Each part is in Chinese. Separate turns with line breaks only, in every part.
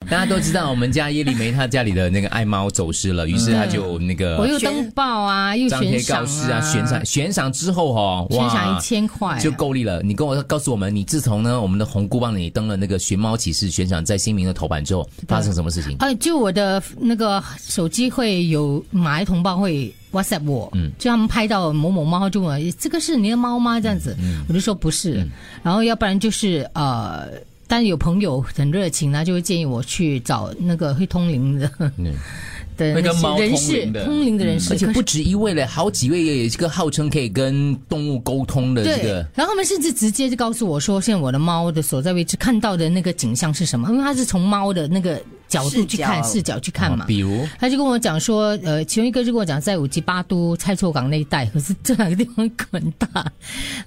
大家都知道我们家耶利梅他家里的那个爱猫走失了，于是他就那个
我又登报啊，又
呃张贴
悬
告
赏
示啊，嗯悬赏悬赏之后哦，
悬
哇，
赏一千块啊，
就够力了。你跟我告诉我们，你自从呢我们的红姑帮你登了那个寻猫启事悬赏在新民的头版之后，发生什么事情？
哎，就我的那个手机会有马来同胞会 WhatsApp 我，
嗯
就他们拍到某某猫就问我这个是你的猫吗？这样子，
嗯
我就说不是，然后要不然就是呃。但有朋友很热情呢，就会建议我去找那个会通灵的
嗯
的
会
那
跟猫
些人
通
士
灵，的
通灵的人士，
而且
可是
不止一位嘞，好几位也这个号称可以跟动物沟通的这
对
个，
然后他们甚至直接就告诉我说，现在我的猫的所在位置看到的那个景象是什么，因为它是从猫的那个角度去看
视角
视角去看嘛
啊。比如
他就跟我讲说，呃，其中一个就跟我讲在五级八都、蔡厝港那一带，可是这两个地方很大，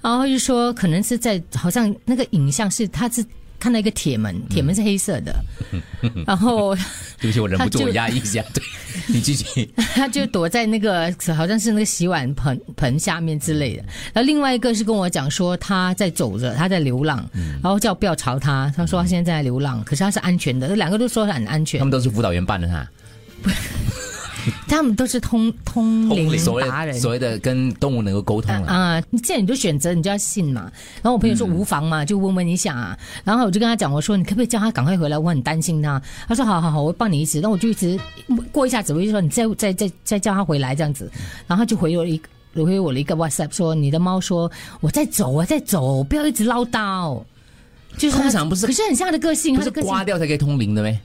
然后他就说可能是在好像那个影像是他是看到一个铁门，铁门是黑 色的，然后
对不起，我忍不
他
住
就
我压抑一下，对 你继续。
他 就躲在那个好像是那个洗碗盆盆下面之类的。然后另外一个是跟我讲说他在走着，他在流浪，然后叫我不要吵他，他说他现在在流浪，可是他是安全的，这两个都说他很安
他
全，
们都是辅导员办的哈，
他们都是通通灵
所
达
谓
人。
所谓的跟动物能够沟通了。
啊，你既然你就选择，你就要信嘛。然后我朋友说
嗯
无妨嘛，就问问一下啊。然后我就跟他讲，我说你可不可以叫他赶快回来，我很担心他。他说好好好，我会帮你一直。那我就一直过一下子，我就说你再再再再叫他回来这样子。然后他就回我一个回我了一个 WhatsApp 说你的猫说我在走啊我在走，不要一直唠叨。就是他
通常不是
可是很像他的个性，
不
他
是
的个性
刮掉才可以通灵的呗？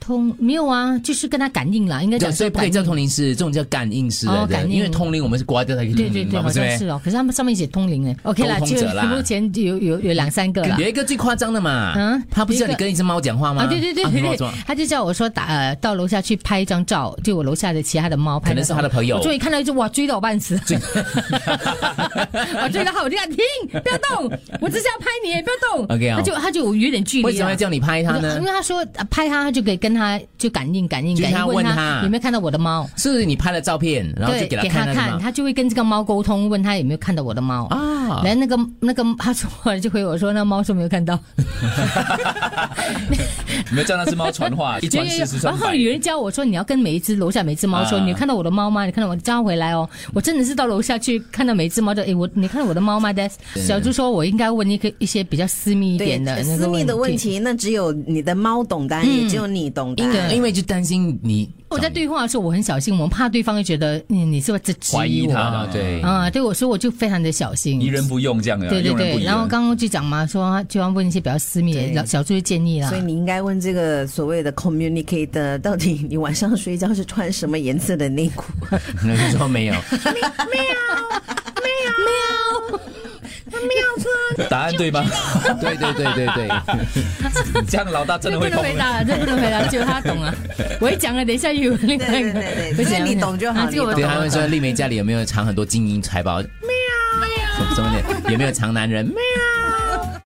通没有啊，就是跟他感应啦，应该
对，
讲
所以不可以
感
叫
应
通灵师，这种叫感应师
哦
来的，
感应
因为通灵我们是刮掉才可以通
对对
灵嗯嘛，
对，好
不是
像
呗
是？哦。可是他们上面写通灵哎，OK 啦，
沟通
就
者啦
目前有有有两三个啦。
有一个最夸张的嘛，
嗯
他不是叫你跟一只猫讲话吗？
啊，对对对
啊
对
你跟我
对
说，
他就叫我说打呃到楼下去拍一张照，就我楼下的其他的猫拍
可
张照。
能是他的朋友
我终于看到一只，哇，追到我 半死。 我追到他，我就讲停，不要动，我只是要拍你，不要动。
OK 啊
他就他就有点距离啊。
为什么要叫你拍它
我就
呢
因为？他说呃拍他，他就可以跟他就感应感应
就是
感
他
应，
问
他
他
有没有看到我的猫。
是你拍了照片，然后就
对，
给他
给
看那个
看，
嘛
他就会跟这个猫沟通，问他有没有看到我的猫。
啊，
然后那个那个他说就回我说那猫说没有看到，
你们叫那只猫传话，一
有哦
传
有
十
有
十，传
然后
百。
有人教我说，你要跟每一只楼下每一只猫说，
啊
你有看到我的猫吗？你看到我，叫它回来哦。我真的是到楼下去看到每一只猫就，哎诶，我你看到我的猫吗？但小猪说我应该问一个一些比较私密一
对
点的那
私
个
密的问
问。
题，那只有你的猫懂答，
嗯
也只有你懂答。
因为就担心你
我在对话的时候我很小心，我怕对方会觉得嗯你是不是在质
怀疑
疑我
他
啊，对，
啊？对我，所以我就非常的小心
疑。人不用这样的，
对对
用人不
对，
疑
然后
人
刚刚就讲嘛，说就要问一些比较私密的，
对
老小猪就建议啦
所以。你应该问这个所谓的 communicator，到底你晚上睡觉是穿什么颜色的内裤？
那就说没有，
答案对吗？
对对对对对，
这样老大真
这
的
不
会
能
痛
回答，这不能回答，只有他懂 啊！我一讲了，等一下又有另外一个，
对对对
不行
这你懂就好
啊这个我
对，
懂
你懂
他们说丽梅家里有没有藏很多金银财宝？没有，没有，什么什么的，有没有藏男人？没有，